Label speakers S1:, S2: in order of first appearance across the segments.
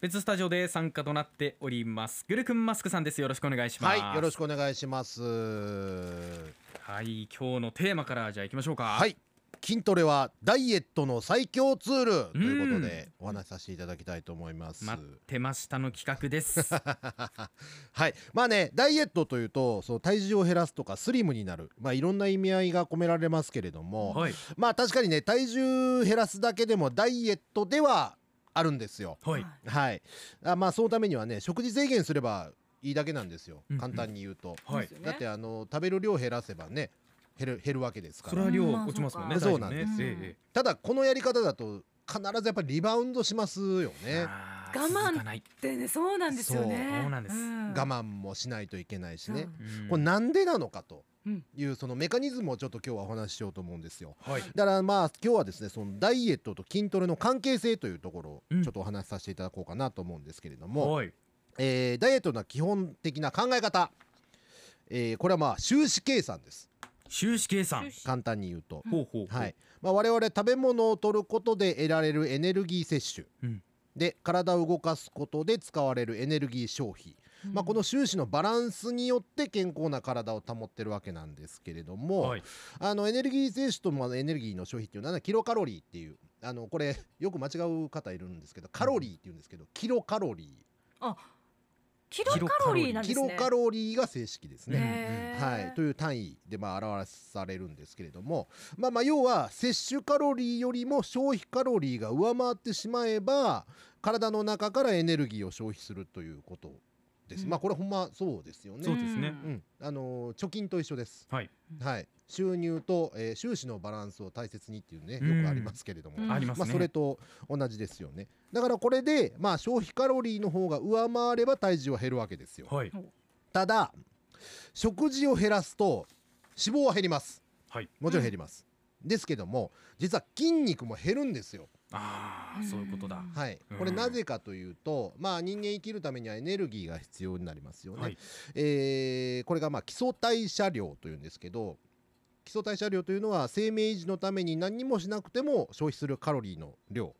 S1: 別スタジオで参加となっておりますグルクンマスクさんですよろしくお願いします
S2: はいよろしくお願いします
S1: はい今日のテーマからじゃあ行きましょうか
S2: はい筋トレはダイエットの最強ツールということでお話しさせていただきたいと思います。
S1: 待ってましたの企画です
S2: はいまあねダイエットというとその体重を減らすとかスリムになる、まあ、いろんな意味合いが込められますけれども、
S1: はい
S2: まあ確かにね体重減らすだけでもダイエットではあるんですよ。
S1: はい
S2: はい、あまあそのためにはね食事制限すればいいだけなんですよ
S1: うんうん
S2: 簡単に言うと。
S1: はい
S3: ですよね
S2: だってあの食べる量減らせばね減る減るわけですか
S1: そ
S2: ら
S1: れは量落ちますもんね
S2: そうなんです
S1: 大丈夫ね
S3: うん
S1: え
S2: ただこのやり方だと必ずやっぱりリバウンドしますよ
S1: え
S2: ね
S1: あー
S3: 我慢
S1: 続かない
S3: でね、そうなんですよね。
S1: そうなんです
S2: 我慢もしないといけないしね、
S1: うん
S2: これなんでなのかと
S3: うん
S2: いうそのメカニズムをちょっと今日はお話ししようと思うんですよ
S1: はい
S2: だからまあ今日はですねそのダイエットと筋トレの関係性というところを
S1: うん
S2: ちょっとお話しさせていただこうかなと思うんですけれども、
S1: はい
S2: えーダイエットの基本的な考え方、えーこれはまあ収支計算です
S1: 収支計算
S3: か
S2: 簡単に言うと、
S3: うん
S1: ほうほうほう
S2: はいまあ、我々食べ物を取ることで得られるエネルギー摂取、
S1: うん
S2: で体を動かすことで使われるエネルギー消費、まあ、この収支のバランスによって健康な体を保ってるわけなんですけれども、
S1: はい
S2: あのエネルギー摂取とまあエネルギーの消費っていうのはキロカロリーっていうあのこれよく間違う方いるんですけどカロリーっていうんですけどキロカロリー、
S3: キロカロリーなんで
S2: キ
S3: す
S2: ロ
S3: ね。
S2: カロリーが正式ですね。
S3: へー
S2: はい、という単位でまあ表されるんですけれども、まあ、まあ要は摂取カロリーよりも消費カロリーが上回ってしまえば体の中からエネルギーを消費するということです、
S3: うん
S2: まあこれほんまそうですよね。
S1: そうですね
S2: う
S3: ん
S2: んあのー貯金と一緒です、
S1: はい
S2: はい、収入と、えー収支のバランスを大切にっていうね
S1: うん
S2: よくありますけれども、
S3: うん
S1: あります
S2: まあ、
S1: ね
S2: それと同じですよねだからこれで、まあ、消費カロリーの方が上回れば体重は減るわけですよ
S1: はい
S2: ただ食事を減らすと脂肪は減ります
S1: はい
S2: もちろん減ります、ですけども実は筋肉も減るんですよ
S1: ああそういうことだ
S3: うん
S2: はい
S1: うん
S2: これなぜかというと、まあ人間生きるためにはエネルギーが必要になりますよね、
S1: はい
S2: えーこれがまあ基礎代謝量というんですけど基礎代謝量というのは生命維持のために何もしなくても消費するカロリーの量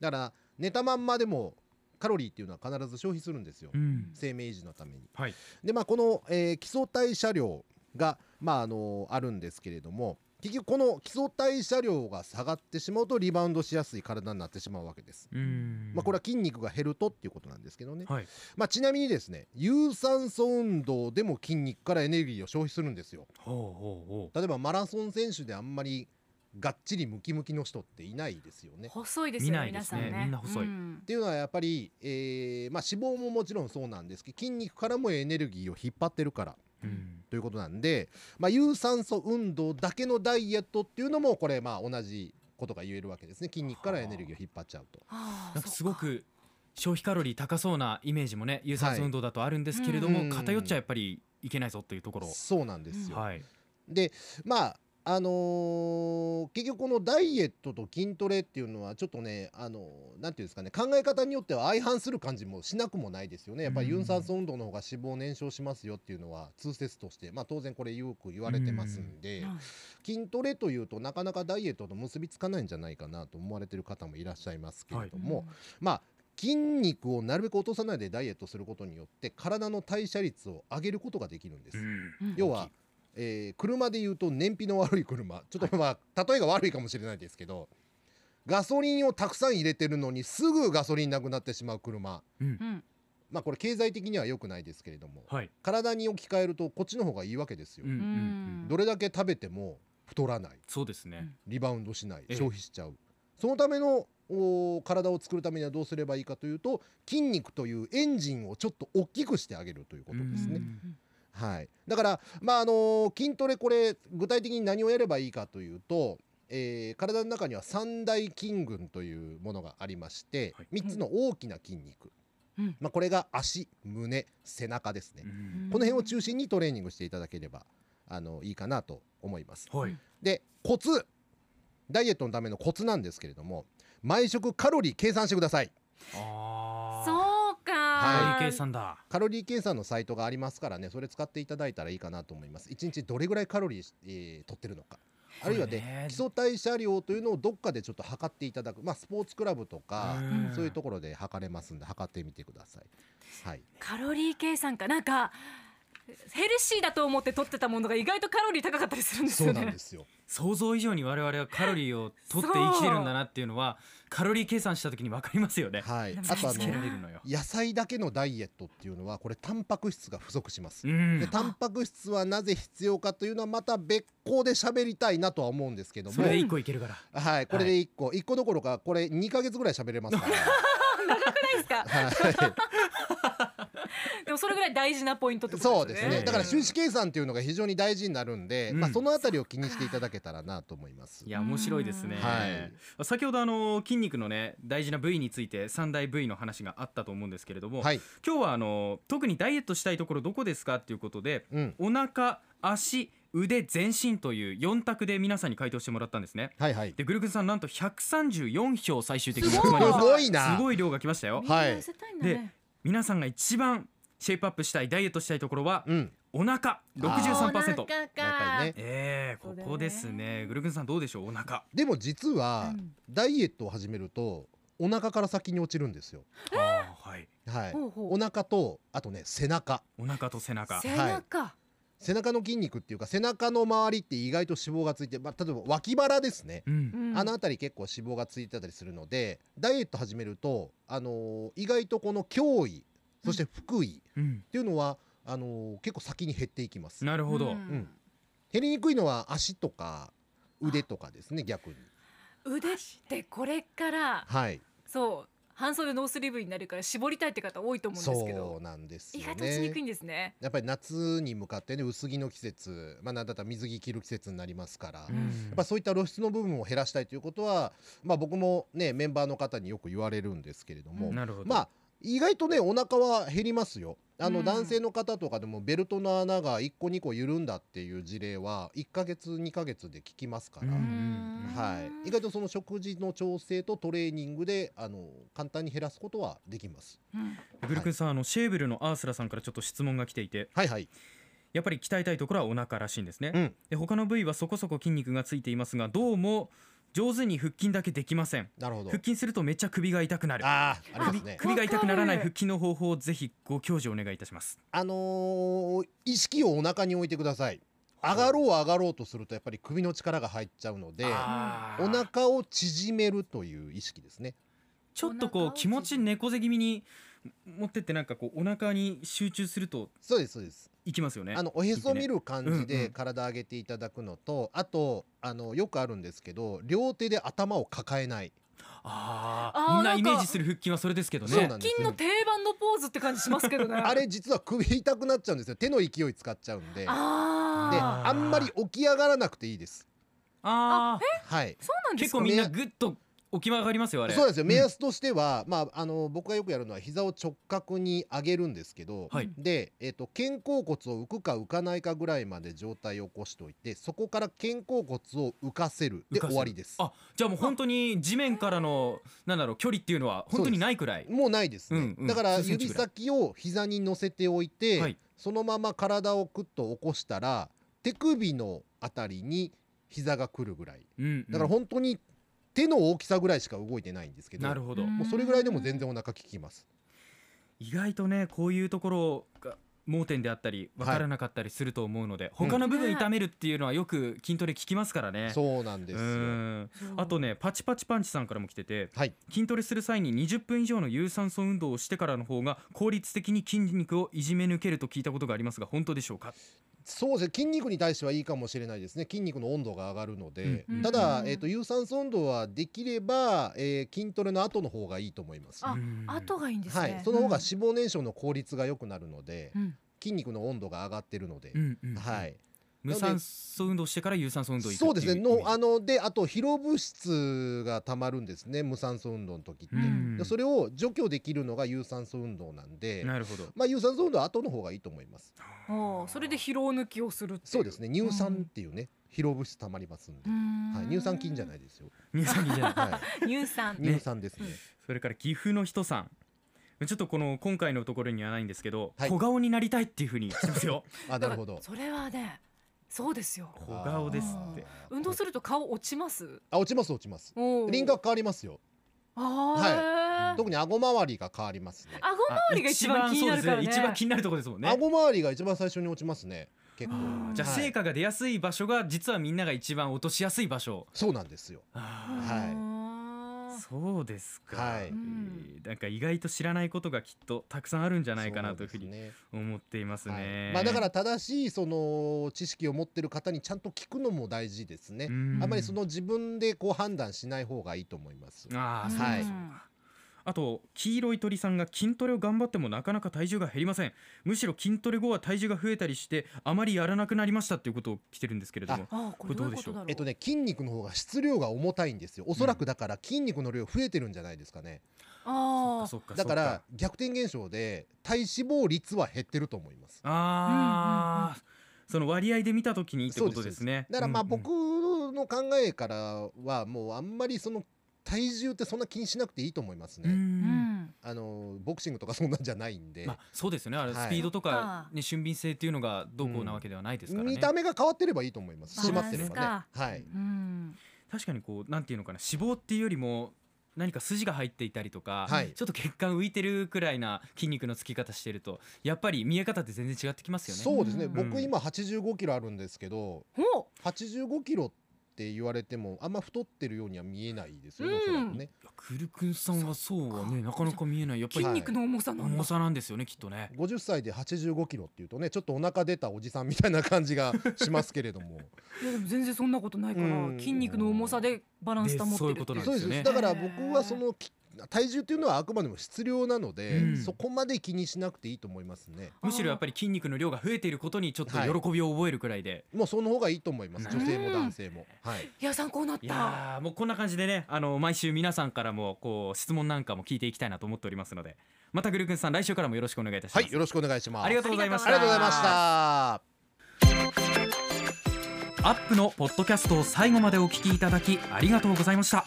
S2: だから寝たまんまでもカロリーっていうのは必ず消費するんですよ、
S1: うん
S2: 生命維持のために
S1: はい
S2: でまあこの、えー基礎代謝量が、まああのあるんですけれども結局この基礎代謝量が下がってしまうとリバウンドしやすい体になってしまうわけです。
S1: うん
S2: まあ、これは筋肉が減るとっていうことなんですけどね、
S1: はい
S2: まあ、ちなみにですね有酸素運動でも筋肉からエネルギーを消費するんですよ
S1: ほうほうほ
S2: 例えばマラソン選手であんまりがっちりムキムキの人っていないですよね
S3: 細いですよ
S1: 見
S3: ね、
S1: ないで
S3: 皆
S1: す
S3: さ
S1: ね
S3: んね。
S1: みんな細い
S3: うん
S2: っていうのはやっぱり、えーまあ、脂肪ももちろんそうなんですけど筋肉からもエネルギーを引っ張ってるから
S1: ううん
S2: ということなんで、まあ、有酸素運動だけのダイエットっていうのもこれまあ同じことが言えるわけですね筋肉からエネルギーを引っ張っちゃうと。
S3: あー
S1: なんか
S3: そっ
S1: すごく消費カロリー高そうなイメージもね有酸素運動だとあるんですけれども、
S2: はいうん
S1: 偏っちゃやっぱりいけないぞというところ
S2: そうなんですよ、
S1: はい
S2: でまああのー結局このダイエットと筋トレっていうのはちょっとね、あのーなんていうんですかね考え方によっては相反する感じもしなくもないですよねやっぱり
S1: うん
S2: 有酸素運動の方が脂肪を燃焼しますよっていうのは通説として、まあ、当然これよく言われてますんで、
S3: はい
S2: 筋トレというとなかなかダイエットと結びつかないんじゃないかなと思われてる方もいらっしゃいますけれども、まあ筋肉をなるべく落とさないでダイエットすることによって体の代謝率を上げることができるんです。
S1: ん
S3: うん
S2: 要は、えー車で言うと燃費の悪い車ちょっとまあ例えが悪いかもしれないですけどガソリンをたくさん入れてるのにすぐガソリンなくなってしまう車
S3: うん
S2: まあこれ経済的には良くないですけれども
S1: はい
S2: 体に置き換えるとこっちの方がいいわけですよ
S1: うんう。んう
S3: うんん
S2: どれだけ食べても太らない
S1: そうですね
S2: リバウンドしない
S1: ええ
S2: 消費しちゃう、そのためのお体を作るためにはどうすればいいかというと筋肉というエンジンをちょっと大きくしてあげるということですね、
S1: うん
S2: はい、だから、まああの筋トレこれ具体的に何をやればいいかというと、えー体の中には三大筋群というものがありまして、
S1: はい
S2: 3つの大きな筋肉、
S3: うん
S2: まあ、これが足胸背中ですね、
S1: う
S3: うんん
S2: この辺を中心にトレーニングしていただければあのいいかなと思います。
S1: はい
S2: でコツダイエットのためのコツなんですけれども毎食カロリー計算してください
S1: ああ
S3: そうか。
S1: カロリ
S2: は
S1: ー計算だ
S2: カロリー計算のサイトがありますからねそれ使っていただいたらいいかなと思います1日どれぐらいカロリー、えー取ってるのかあるいはで、
S1: これね
S2: 基礎代謝量というのをどっかでちょっと測っていただく、まあ、スポーツクラブとか、
S1: うん
S2: そういうところで測れますんで測ってみてください。はい、
S3: カロリー計算かなんかヘルシーだと思って取ってたものが意外とカロリー高かったりするんです
S2: そう
S3: よ
S2: なん
S3: ね
S2: で。すよ。
S1: 想像以上に我々はカロリーを取って生きてるんだなっていうのはカロリー計算した時に分かりますよね。
S2: はい、
S3: でも
S2: あとあ
S3: 確か
S1: 疲
S3: に
S1: れ
S2: の
S1: るのよ。
S2: 野菜だけのダイエットっていうのはこれタンパク質が不足します
S1: う。ん
S2: で、タンパク質はなぜ必要かというのはまた別個で喋りたいなとは思うんですけど
S1: そ
S2: も
S1: れで一個いけるから。
S2: はいこれで1個、一1個どころかこれ2か月ぐらい喋れますから。
S3: ないですか。
S2: はい
S3: でもそれぐらい大事なポイントってこと
S2: そうで
S3: です
S2: す
S3: よね。
S2: ね。だから
S1: うん
S2: 収支計算っていうのが非常に大事になるんで、
S1: うん
S2: まあそのあたりを気にしていただけたらなと思います
S1: い。や面白いですね、
S2: は
S1: 先ほどあの筋肉のね大事な部位について三大部位の話があったと思うんですけれども、
S2: はい、
S1: 今日はあの特にダイエットしたいところどこですかっていうことで
S2: うん、
S1: お腹足腕全身という4択で皆さんに回答してもらったんですね
S2: はいはい。
S1: でグルクンさんなんと134票最終的に
S3: すご
S1: 含
S3: い
S1: まれまし
S2: すごい
S1: た
S2: な。
S1: すごい量が来ましたよ
S3: みんな痩せたいんだ
S1: はい
S3: ね。
S1: 皆さんが一番シェイプアップしたいダイエットしたいところは
S2: うん、
S1: お腹
S3: お
S1: 63%
S3: 腹か
S2: やっぱりね。
S1: えー、ここです
S3: そうだ
S1: ね
S3: よね
S1: グルクンさんどうでしょうお腹
S2: でも実は
S3: うん
S2: ダイエットを始めるとお腹から先に落ちるんですよ。
S1: あーはい
S2: はい。
S3: ほうほう
S2: お腹とあとね背中。
S1: お腹と背中
S3: 背中。
S2: 背中の筋肉っていうか背中の周りって意外と脂肪がついて、まあ、例えば脇腹ですね、
S1: う
S3: うんん
S2: あの辺り結構脂肪がついてたりするのでダイエット始めると、あのー意外とこの胸囲そして腹囲
S1: うん
S2: っていうのはあのー結構先に減っていきます
S1: なるほど、
S3: うん
S2: 減りにくいのは足とか腕とかですね逆に
S3: 腕ってこれから
S2: はい
S3: そう半袖ノースリーブになるから絞りたいって方多いと思うんですけ
S2: そ
S3: ど
S2: うなんです
S3: 意
S2: よ
S3: 外と落ちにく
S2: ね
S3: いんですね。
S2: やっぱり夏に向かってね薄着の季節まあなんだったら水着着る季節になりますから、
S1: うん
S2: やっぱそういった露出の部分を減らしたいということは、まあ、僕もねメンバーの方によく言われるんですけれども、
S1: なるほど、
S2: まあ意外とねお腹は減りますよあの、
S3: うん
S2: 男性の方とかでもベルトの穴が1個2個緩んだっていう事例は1ヶ月2ヶ月で聞きますから、
S1: うん
S2: はい、意外とその食事の調整とトレーニングであの簡単に減らすことはできます。
S3: うん
S1: グルクンさん、あのシェーブルのアースラさんからちょっと質問が来ていて
S2: はいはい、
S1: やっぱり鍛えたいところはお腹らしいんですね、
S2: うん
S1: で他の部位はそこそこ筋肉がついていますがどうも上手に腹筋だけできません
S2: なるほど。
S1: 腹筋するとめっちゃ首が痛くなる
S2: ああ、ありますね。
S1: 首が痛くならない
S3: わか
S1: 腹
S3: る
S1: 筋の方法をぜひご教授お願いいたします
S2: あのー意識をお腹に置いてください。上がろう上がろうとするとやっぱり首の力が入っちゃうので、
S1: あー
S2: お腹を縮めるという意識ですね。
S1: ちょっとこ
S3: お
S1: う
S3: 腹を
S1: 気持ち猫背気味に持ってってなんかこうお腹に集中すると
S2: そうですそうです。
S1: いきますよね
S2: あのおへそ見る感じ
S1: うんう
S2: で
S1: ん
S2: 体上げていただくのと、あとあのよくあるんですけど、両手で頭を抱え ない。
S1: あ
S3: あ
S1: ー
S3: ー
S1: みんなイ
S3: なんか
S1: メージする腹筋はそれですけどね
S2: そうなんです
S3: 腹筋の定番のポーズって感じしますけどね。
S2: あれ実は首痛くなっちゃうんですよ。手の勢い使っちゃうんで。で
S3: あ
S1: あー
S2: あんまり起き上がらなくていいです。
S1: あー
S2: はい
S3: ー、そうなんで
S1: 結
S3: すか
S1: 構みんなぐっと起き上がりますよあれ
S2: そうなんですよ目
S1: ん
S2: 安としては、まあ、あの僕がよくやるのは膝を直角に上げるんですけど、
S1: はい
S2: で、えっと肩甲骨を浮くか浮かないかぐらいまで上体を起こしておいてそこから肩甲骨を浮かせる
S1: 浮
S2: で
S1: かせる
S2: 終わりです
S1: あじゃあもう本当に地面からのなんだろう距離っていうのは本当にないくらい
S2: もうないですね、
S1: うんうん
S2: だから
S1: 数センチ
S2: 指
S1: ぐらい
S2: 先を膝に乗せておいて、
S1: はい
S2: そのまま体をクッと起こしたら手首のあたりに膝が来るぐらい
S1: うんうん
S2: だから本当に手の大きさぐらいしか動いてないんですけど
S1: なるほど
S3: うん
S2: もうそれぐらいでも全然お腹効きます。
S1: 意外とねこういうところが盲点であったり分からなかったりすると思うので、他の部分痛めるっていうのはよく筋トレ聞きますからね
S2: そうなんです
S1: う
S2: よ。
S1: ん
S3: そう
S1: あとねパチパチパンチさんからも来てて
S2: はい。
S1: 筋トレする際に20分以上の有酸素運動をしてからの方が効率的に筋肉をいじめ抜けると聞いたことがありますが本当でしょうか
S2: そうですね。筋肉に対してはいいかもしれないですね。筋肉の温度が上がるので、
S1: うん
S2: ただ、
S3: うん
S2: えっ、と有酸素運動はできれば、えー筋トレの後の方がいいと思います。
S3: あ
S1: うん
S3: 後がいいんですね。
S2: はい。その方が脂肪燃焼の効率が良くなるので、
S3: うん。
S2: 筋肉の温度が上がってるので、
S1: うんうん
S2: はい。
S1: 無酸素運動してから有酸素運動行くってい
S2: そうですね。
S1: イメージ
S2: のあのであと疲労物質がたまるんですね。無酸素運動の時って、
S1: うん
S2: でそれを除去できるのが有酸素運動なんで、
S1: なるほど
S2: まあ有酸素運動は後の方がいいと思います。
S3: うん。おそれで疲労抜きをするっていう。
S2: そうです
S3: ね。。
S2: ね。乳酸っていうね、疲労物質たまりますんで。はい、乳酸菌じゃないいですよ。
S1: 乳酸菌じゃない
S2: は
S3: 乳酸
S2: い、。乳酸ですね。
S1: それから岐阜の人さんちょっとこの今回のところにはないんですけど、
S2: はい
S1: 小顔になりたいっていうふうに言ってますよ
S2: あ、なるほど
S3: だから。それはねそうですよ。
S1: 小顔ですって
S3: 運動すると顔落ちます。
S2: あ落ちます落ちます
S3: おー
S2: 輪郭変わりますよ
S3: ああ、
S2: 特に顎周りが変わりますね
S3: 顎周りが一番気になるからね。
S1: 一番そうですね一番気になるところですもんね
S2: 顎周りが一番最初に落ちますね結構
S1: あーじゃあ
S2: はい
S1: 成果が出やすい場所が実はみんなが一番落としやすい場所
S2: そうなんですよ
S1: あ
S2: は
S1: ー
S2: い
S3: は
S1: そうですか、
S2: はい
S1: えーなんか意外と知らないことがきっとたくさんあるんじゃないかなというふう
S2: そ
S1: に
S2: なんですね
S1: 思っていますね、
S2: はいまあ、だから正しいその知識を持ってる方にちゃんと聞くのも大事ですね、
S1: うん
S2: あまりその自分でこう判断しない方がいいと思います
S1: あーそう
S2: は
S1: か
S2: い
S1: そうかあと黄色い鳥さんが筋トレを頑張ってもなかなか体重が減りませんむしろ筋トレ後は体重が増えたりしてあまりやらなくなりましたっていうことを来てるんですけれども
S3: ああ、これどういうことだろう。
S2: えっとね筋肉の方が質量が重たいんですよおそらくだから筋肉の量増えてるんじゃないですかね、
S3: ああ、
S1: そっかそっかそっ
S2: だから逆転現象で体脂肪率は減ってると思います
S1: ああ、その割合で見たときにってことですね
S2: だからまあ
S1: うんうん
S2: 僕の考えからはもうあんまりその体重ってそんな気にしなくていいと思いますね、
S1: うん
S3: ん。
S2: あのボクシングとかそんなんじゃないんで、
S1: まあ、そうですよねあれ
S2: はい
S1: スピードとか、ね
S3: そっか
S1: 俊敏性っていうのがどうこうなわけではないですからね、
S2: 見た目が変わってればいいと思います締
S1: バ
S2: ま
S1: ラ
S2: っ
S1: ン
S2: て
S1: ス
S2: れば
S3: か
S2: ねはい
S3: うん。
S1: 確かにこうなんていうのかな脂肪っていうよりも何か筋が入っていたりとか、
S2: はい
S1: ちょっと血管浮いてるくらいな筋肉のつき方してるとやっぱり見え方って全然違ってきますよね。
S2: そうですね、
S3: うん
S2: 僕今85キロあるんですけど
S3: お、
S2: 85キロって言われてもあんま太ってるようには見えないですよね、おそ
S3: うん
S2: らくね
S1: いやクルクンさんはそうはねなかなか見えないやっぱり
S3: 筋肉の重さなん
S1: 重
S3: だ。
S1: さなんですよねきっとね。
S2: 50歳で85キロっていうとねちょっとお腹出たおじさんみたいな感じがしますけれども
S3: いやでも全然そんなことないから
S2: うん
S3: 筋肉の重さでバランス保ってるって
S1: でそういうことなん
S2: そう
S1: で
S2: ですす
S1: よね
S2: だから僕はそのき体重っていうのはあくまでも質量なので、
S1: うん
S2: そこまで気にしなくていいと思いますね
S1: むしろやっぱり筋肉の量が増えていることにちょっと喜びを覚えるくらいで、
S2: もうその方がいいと思います
S1: うん
S2: 女性も男性も、はい
S3: いや参考になっ
S1: い
S3: た。
S1: やーもうこんな感じでねあの毎週皆さんからもこう質問なんかも聞いていきたいなと思っておりますのでまたグルクンさん来週からもよろしくお願いいたします。
S2: はいよろしくお願いします
S1: ありがとうございました。
S2: ありがとうございました
S1: アップのポッドキャストを最後までお聞きいただきありがとうございました